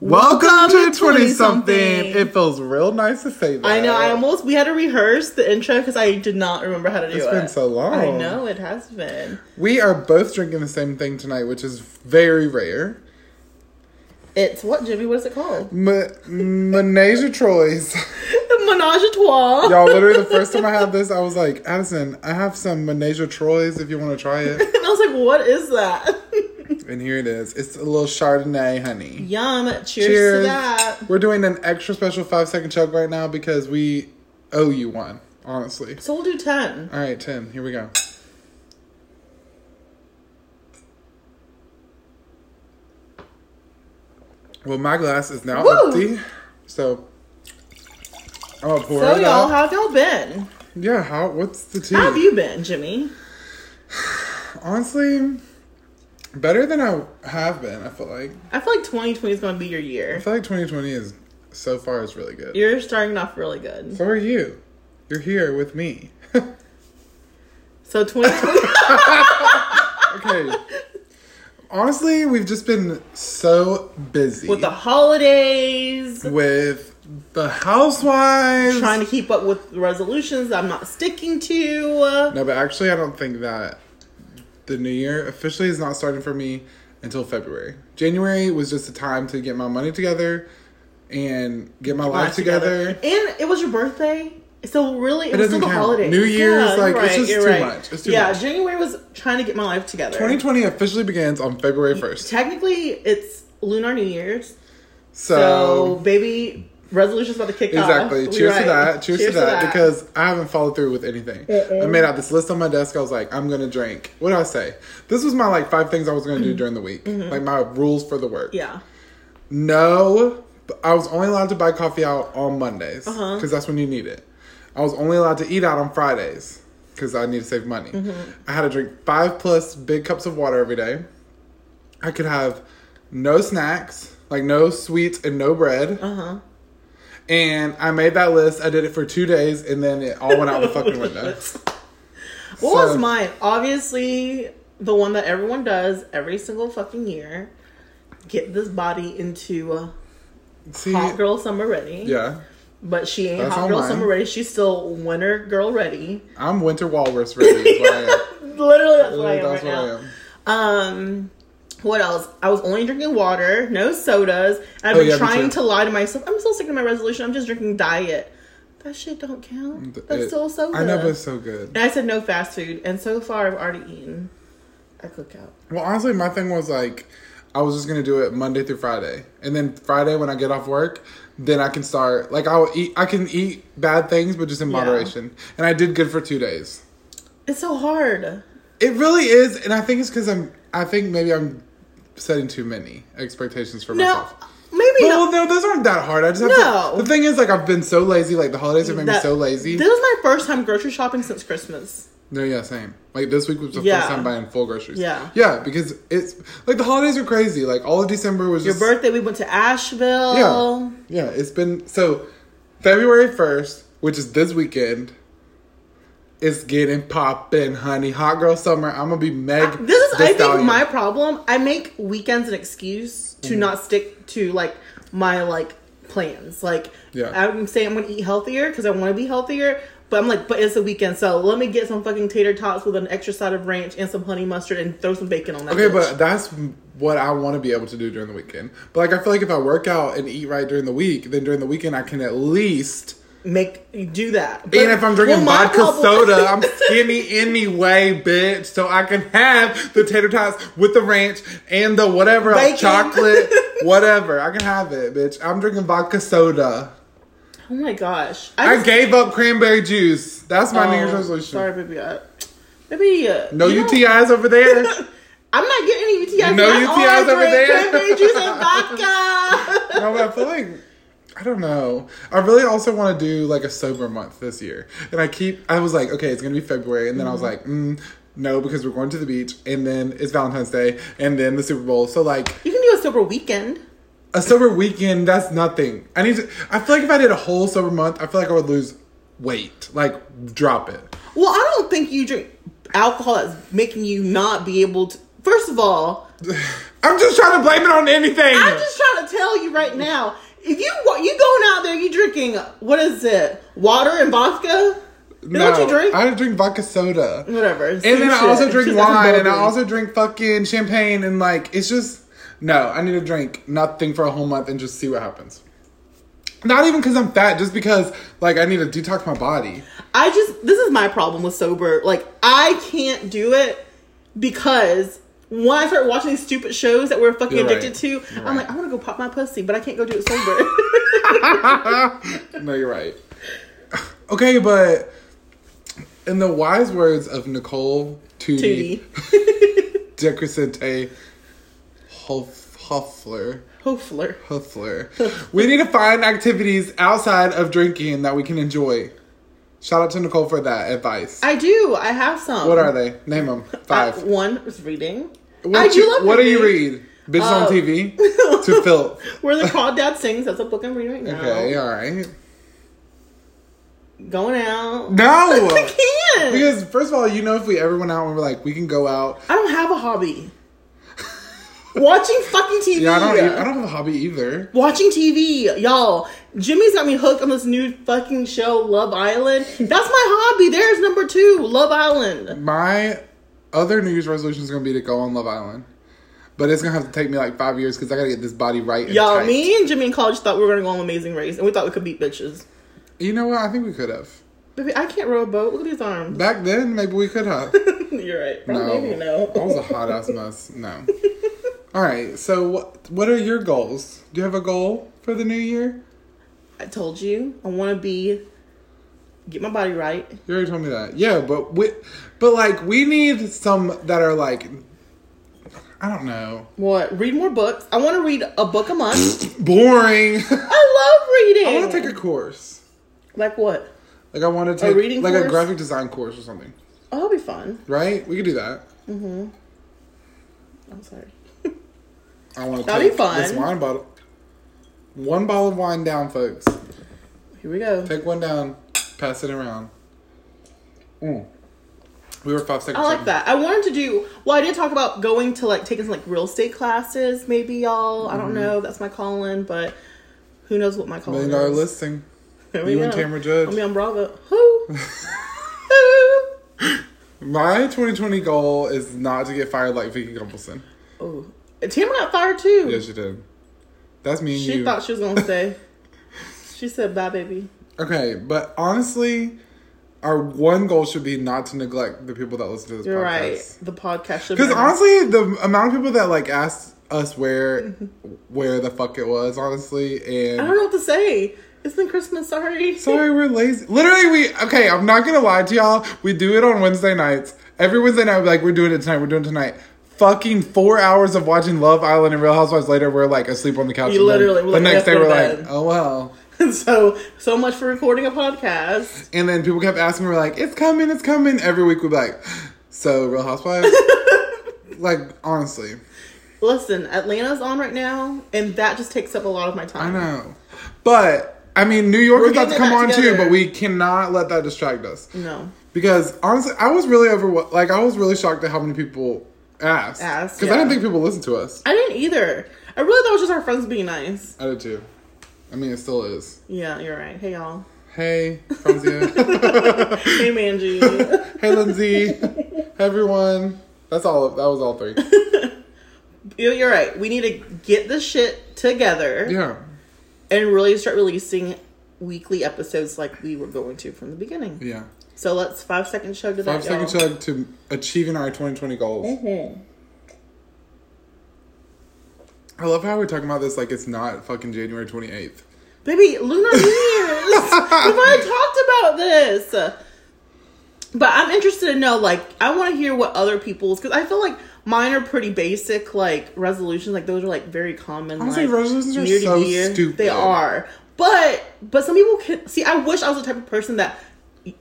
Welcome, Welcome to to 20 something. 20-something. It feels real nice to say that. I know. I almost we had to rehearse the intro because I did not remember how to do It's it. been so long. I know it has been. We are both drinking the same thing tonight, which is very rare. It's what Jimmy? What is it called? M- Menage a Troy's. Menage a trois. Y'all, literally, the first time I had this, I was like, Addison, I have some Menage a Troy's if you want to try it. And I was like, what is that? And here it is. It's a little Chardonnay, honey. Yum! Cheers, to that. We're doing an extra special five second chug right now because we owe you one, honestly. So we'll do ten. All right, 10. Here we go. Well, my glass is now Woo! empty. So, I'm going to pour So it y'all, out. how have y'all been? yeah, how, what's the tea? How have you been, Jimmy? Honestly, better than I have been, I feel like. I feel like 2020 is going to be your year. I feel like 2020 is, so far, is really good. You're starting off really good. so are you. You're here with me. So 2020. okay. Honestly, we've just been so busy. with the holidays, with the housewives. trying to keep up with resolutions I'm not sticking to. no, but actually, I don't think that the new year officially is not starting for me until February. January was just a time to get my money together and get my life together. And it was your birthday. So really, it, It was doesn't still the count. holidays. New Year's, you're like, it's just you're too much. It's too yeah, much. January was trying to get my life together. 2020 officially begins on February 1st. Technically, it's Lunar New Year's. So, So, baby, resolution's about to kick off. exactly. You're Cheers right. to that. Cheers, to, that, Because I haven't followed through with anything. I made out this list on my desk. I was like, I'm going to drink. What did I say? This was my like five things I was going to do during the week. Like my rules for the work. yeah, No, but I was only allowed to buy coffee out on Mondays because Uh-huh. that's when you need it. I was only allowed to eat out on Fridays because I need to save money. Mm-hmm. I had to drink five plus big cups of water every day. I could have no snacks, like no sweets and no bread. Uh Uh-huh. huh. And I made that list. I did it for two days, and then it all went out the fucking window. What So- was mine? Obviously, the one that everyone does every single fucking year. Get this body into uh, See, hot girl summer ready. yeah, But she ain't That's hot on girl mine. summer ready. She's still winter girl ready. I'm winter walrus ready. Is what I am. Literally, that's what I am That's right what now. I am. Um, what else? I was only drinking water, no sodas. And I've Oh, been yeah, me trying too. to lie to myself. I'm still sticking to my resolution. I'm just drinking diet. That shit don't count. That's It- still soda. I know, but it's so good. and I said no fast food, and so far I've already eaten a cookout. Well, honestly, my thing was like, I was just gonna do it Monday through Friday, and then Friday when I get off work, then I can start. Like I'll eat, I can eat bad things, but just in Yeah. moderation. And I did good for two days. It's so hard. It really is, and I think it's because I'm. I think maybe I'm setting too many expectations for No, myself. maybe But, not. well, no, those aren't that hard. I just have No. to. The thing is, like, I've been so lazy. Like the holidays have made me That- so lazy. This is my first time grocery shopping since Christmas. No, yeah, same. Like this week was the Yeah. first time buying full groceries. Yeah. yeah, because it's like the holidays are crazy. Like all of December was Your just, birthday, we went to Asheville. Yeah. Yeah, it's been so February 1st, which is this weekend. It's getting poppin', honey. Hot girl summer. I'm gonna be Meg. This is, Thee I think, Stallion. my problem. I make weekends an excuse Mm. to not stick to like my like plans. Like, Yeah. I'm saying I'm gonna eat healthier because I want to be healthier, but I'm like, but it's the weekend, so let me get some fucking tater tots with an extra side of ranch and some honey mustard and throw some bacon on that. Okay, bitch. but that's what I want to be able to do during the weekend. But like, I feel like if I work out and eat right during the week, then during the weekend I can at least. make do that. But, And if I'm drinking well, my vodka problem- soda, I'm skinny anyway, bitch. So I can have the tater tots with the ranch and the whatever else, Bacon. chocolate, whatever. I can have it, bitch. I'm drinking vodka soda. oh my gosh, I just- gave up cranberry juice. That's my New Year's Oh, resolution. Sorry, baby. I, baby, uh, No you know- UTIs over there. I'm not getting any UTIs. No That's all UTIs I over drink, there. Cranberry juice and vodka. no, but I feel like I don't know. I really also want to do like a sober month this year, and I keep. I was like, okay, it's gonna be February, and then I was like, Mm-hmm. mm, no, because we're going to the beach, and then it's Valentine's Day, and then the Super Bowl. So like You can do a sober weekend. a sober weekend, that's nothing. I need to. I feel like if I did a whole sober month, I feel like I would lose weight, like drop it. Well, I don't think you drink alcohol that's making you not be able to. First of all, I'm just trying to blame it on anything. I'm just trying to tell you right now. If you wa- you going out there, you drinking what is it? Water and vodka? Is that what you drink? I drink vodka soda. Whatever. And then I also drink wine and I also drink fucking champagne and like it's just no, I need to drink nothing for a whole month and just see what happens. Not even because I'm fat, just because like I need to detox my body. I just this is my problem with sober. Like I can't do it because when I start watching these stupid shows that we're fucking You're addicted right. to, You're I'm right. like, I want to go pop my pussy, but I can't go do it sober. No, you're right. Okay, but in the wise words of Nicole Tootie Tootie. Dickersente Huff, Huffler. Hopefler. Huffler. we need to find activities outside of drinking that we can enjoy. Shout out to Nicole for that advice. I do. I have some. what are they? Name them. Five. Uh, one is reading. what I do you- love Um, What do reading. you read? Bitches on TV? to filth. Where the Crawdad Dad Sings. That's a book I'm reading right now. Okay, alright. Going out. No! I can't. Because first of all, you know if we ever went out and we're like, we can go out. I don't have a hobby. Watching fucking TV. Yeah, I don't. e, I don't have a hobby either. Watching TV, y'all. Jimmy's got me hooked on this new fucking show, Love Island. That's my hobby. There's number two, Love Island. My other New Year's resolution is gonna be to go on Love Island, but it's gonna have to take me like five years because I gotta get this body right. And Y'all, tight. me and Jimmy in college thought we were gonna go on Amazing Race, and we thought we could beat bitches. You know what? I think we could have. Baby, I can't row a boat. Look at these arms. Back then, maybe we could have. You're right. No, Maybe no. I was a hot ass mess. No. All right. So what? What are your goals? Do you have a goal for the new year? I told you I want to be get my body right. You already told me that. Yeah, but we, but like we need some that are like, I don't know, What? Read more books. I want to read a book a month. boring. I love reading. I want to take a course. like what? Like I want to take reading like a course? graphic design course or something. Oh, that'll be fun. Right? We could do that. I'm sorry. I want to That'd be take fun. this wine bottle. One bottle of wine down, folks. Here we go. Take one down. Pass it around. Mm. We were five seconds. I like in. that. I wanted to do. Well, I did talk about going to like taking some like real estate classes. Maybe y'all. I don't know. That's my calling, but who knows what my calling Mm-hmm. Million dollar is? listing. There You we and go. Tamra Judge. I'll be on Bravo. Who? Who? My 2020 goal is not to get fired like Vicky Gumpelson. Oh, Tamra got fired too. Yes, you did. That's me and she you. thought she was gonna stay. she said, "Bye, baby." okay, but honestly, our one goal should be not to neglect the people that listen to this You're podcast. right. The podcast should Because burn. honestly, the amount of people that like asked us where where the fuck it was, honestly, I don't and know what to say. It's been Christmas. Sorry. sorry we're lazy. Literally, we okay. I'm not gonna lie to y'all. We do it on Wednesday nights. Every Wednesday night, we're like we're doing it tonight. We're doing it tonight. Fucking four hours of watching Love Island and Real Housewives later, we're like asleep on the couch. You and then literally were the like, next "Let's day go we're to like, bed." oh well. so, so much for recording a podcast. And then people kept asking, we're like, it's coming, it's coming. Every week we'd be like, so Real Housewives. like honestly, Listen, Atlanta's on right now, and that just takes up a lot of my I time. know. But I mean, New York We're is about to getting it come on back too, together. but we cannot let that distract us. No. Because honestly, I was really over like I was really shocked at how many people asked. Asked, Because I didn't yeah. think people listened to us. I didn't either. I really thought it was just our friends being nice. I did too. I mean, it still is. Yeah, you're right. Hey, y'all. Hey, Franzia. Hey, Manji. hey, Lindsay. Hey, everyone. That's all. That was all three. You- you're right. We need to get this shit together Yeah. and really start releasing weekly episodes like we were going to from the beginning. Yeah. So let's five second chug to Five that. second chug to achieving our 2020 goals. chug. I love how we're talking about this like it's not fucking January 28th. Baby, lunar new years. We've already talked about this. But I'm interested to know, like, I want to hear what other people's, because I feel like mine are pretty basic, like, resolutions. Like, those are, like, very common. Honestly, like, resolutions are year to so year. stupid. They are. But, but some people can, see, I wish I was the type of person that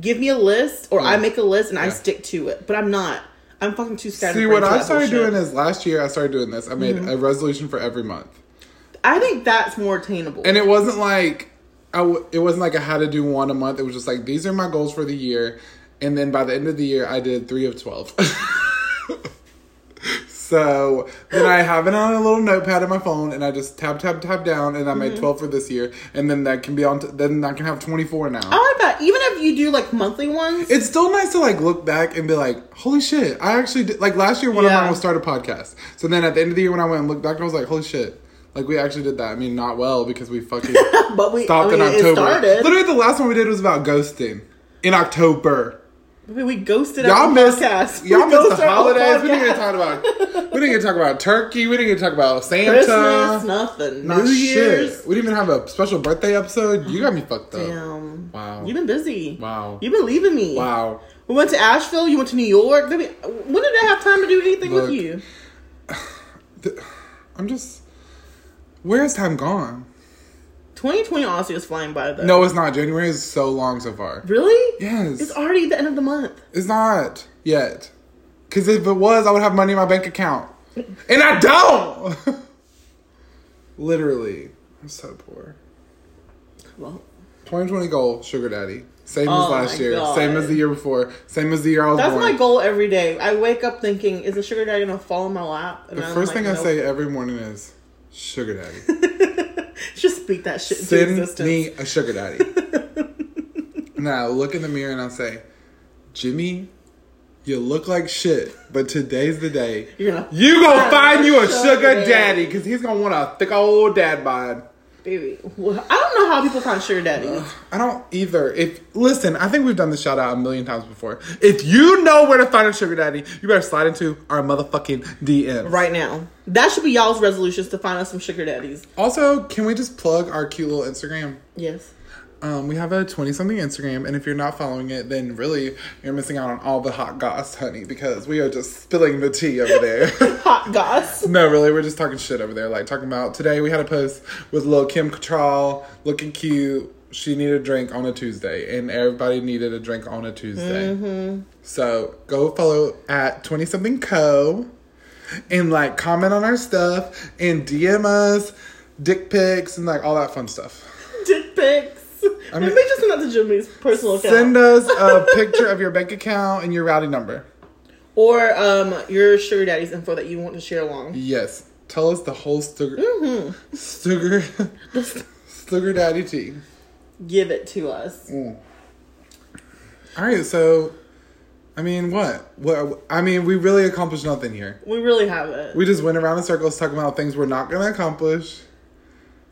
give me a list or I Yeah. make a list and Mm. I Yeah. stick to it. But I'm not. I'm fucking too scattered. See, what I started doing is last year I started doing this. I made Mm-hmm. a resolution for every month, I think that's more attainable. and it wasn't like I. W- it wasn't like I had to do one a month. It was just like these are my goals for the year, and then by the end of the year I did three of twelve. So then I have it on a little notepad in my phone, and I just tab tab tab down, and I made twelve for this year, and then that can be on. T- then I can have twenty four now. I like that. Even if you do like monthly ones, It's still nice to like look back and be like, holy shit, I actually did. Like last year, one of Yeah. mine was start a podcast. So then at the end of the year, when I went and looked back, I was like, holy shit, like we actually did that. I mean, not well because we fucking but we stopped I mean, in October. Oh, It started. Literally, the last one we did was about ghosting in October. We- we ghosted Y'all our missed, podcast. y'all We missed the ghosted our whole holidays. We didn't podcast. get to talk about. We didn't get to talk about turkey. We didn't get to talk about Santa. Christmas, nothing. Not New shit. Year's. We didn't even have a special birthday episode. You got me fucked up. Damn. Wow. You've been busy. Wow. You've been leaving me. Wow. We went to Asheville. You went to New York. Then we- When did I have time to do anything Look. with you? I'm just. Where has time gone? 2020 honestly is flying by though. No, it's not. January is so long so far. Really? Yes. It's already the end of the month. It's not yet. Because if it was, I would have money in my bank account. And I don't! Literally. I'm so poor. Well, 2020 goal, Sugar Daddy. Same as Oh last my year. God. Same as the year before. Same as the year I was that's born. my goal every day. I wake up thinking, is the sugar daddy gonna fall in my lap? And The I'm first like, thing I nope. say every morning is, Sugar Daddy. just speak that shit into Send existence. me a Sugar Daddy. and I look in the mirror and I say, Jimmy, you look like shit, but today's the day You're gonna You gonna find you a sugar daddy. daddy because he's gonna want a thick old dad bod. baby. Well, I don't know how people find sugar daddies. I don't either. If listen, I think we've done this shout out a million times before. If you know where to find a sugar daddy, you better slide into our motherfucking DM. right now. That should be y'all's resolutions to find us some sugar daddies. Also, can we just plug our cute little Instagram? Yes. Um, we have a twenty something Instagram, and if you're not following it, then really you're missing out on all the hot goss, honey, because we are just spilling the tea over there. Hot goss. No, really, we're just talking shit over there. Like talking about today, we had a post with Lil Kim Cattrall looking cute. She needed a drink on a Tuesday, and everybody needed a drink on a Tuesday. So go follow at twenty something co, and like comment on our stuff and DM us dick pics and like all that fun stuff. Dick pics. mean- Maybe just send that to Jimmy's personal account. Send us a picture of your bank account and your routing number. or um your sugar daddy's info that you want to share along. Yes, tell us the whole sugar, sugar, sugar daddy tea. Mm. Give it to us. All right, so I mean, what? What? I mean, we really accomplished nothing here. We really have it. We just went around in circles talking about things we're not gonna accomplish.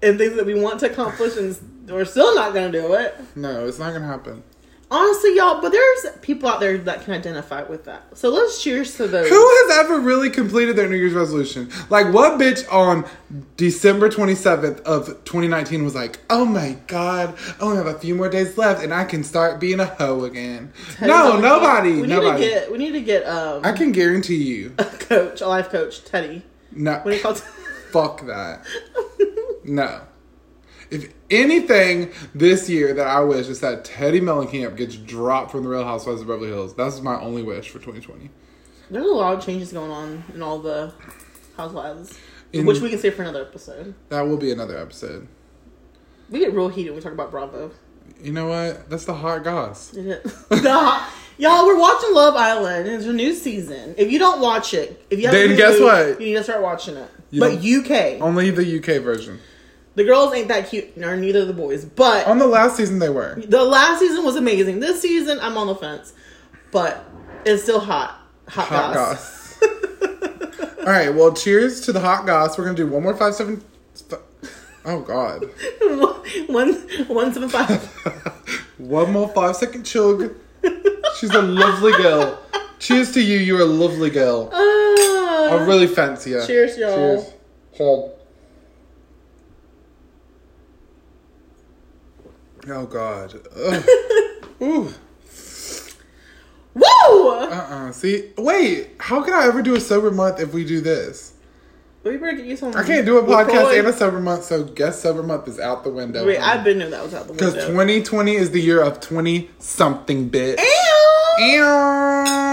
and things that we want to accomplish and s- we're still not gonna do it. No, it's not gonna happen. Honestly, y'all, but there's people out there that can identify with that. So let's cheers to those. Who has ever really completed their New Year's resolution? Like, what bitch on December 27th of 2019 was like, oh my god, I only have a few more days left and I can start being a hoe again? No, Teddy. nobody. We need nobody. to get we need to get um I can guarantee you. a coach, a life coach, Teddy. No. What do you call Fuck that. no. If anything this year that I wish is that Teddy Mellencamp gets dropped from the Real Housewives of Beverly Hills. That's my only wish for 2020. There's a lot of changes going on in all the housewives. In- which we can save for another episode. That will be another episode. We get real heated when we talk about Bravo. You know what? That's the hot goss. Nah. Y'all, we're watching Love Island. It's a new season. If you don't watch it, if you haven't Then guess Hulu, what? you need to start watching it. You but don't- UK, Only the UK version. the girls ain't that cute, nor neither of the boys. But On the last season, they were. the last season was amazing. This season, I'm on the fence, but it's still hot, hot, Hot goss. goss. All right, well, cheers to the hot goss. We're going to do one more five, seven. f- Oh, God. one, one seven five. One more five second chug. She's a lovely girl. Cheers to you. You're a lovely girl. Uh, I Ah. really fancy her. Cheers, y'all. Cheers. Hold. Oh God. Ugh. Ooh. Woo! Uh-uh. See, wait. How can I ever do a sober month if we do this? We better get you some. I can't do a podcast LaCroix. and a sober month, so guess sober month is out the window. Wait, I've been knew that was out the because window. 2020 is the year of 20 something, bitch. Ew! Ew.